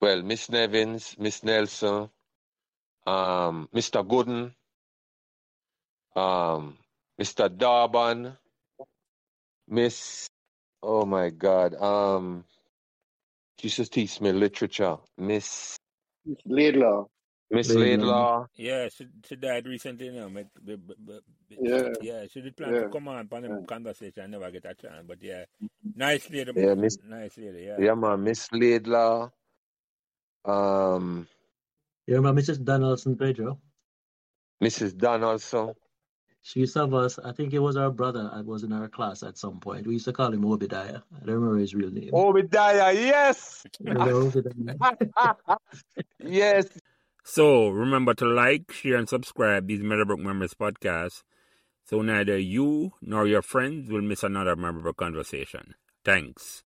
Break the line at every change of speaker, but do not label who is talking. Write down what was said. Well, Miss Nevins, Miss Nelson, um, Mr. Gooden, um, Mr. Darban, Miss, oh my God, um, she used to teach me literature, Miss,
Miss Laidlaw.
Miss
Laidlaw.
Laidlaw.
Yeah, she, she died recently now. But, but, but, but-
Yeah,
yeah, she did plan to
yeah.
come on for the
yeah.
conversation. I never get a chance. But yeah, nice lady,
Yeah, Miss,
man. Nice lady, yeah.
yeah, man, Miss Laidlaw, um,
You remember Mrs. Donaldson Pedro?
Mrs. Donaldson.
She used to have us, I think it was our brother that was in our class at some point. We used to call him Obadiah. I don't remember his real
Oh,
name.
Obadiah, yes,
Brother Obadiah.
yes,
So remember to like, share, and subscribe these Meadowbrook Memories podcasts so neither you nor your friends will miss another memorable conversation. Thanks.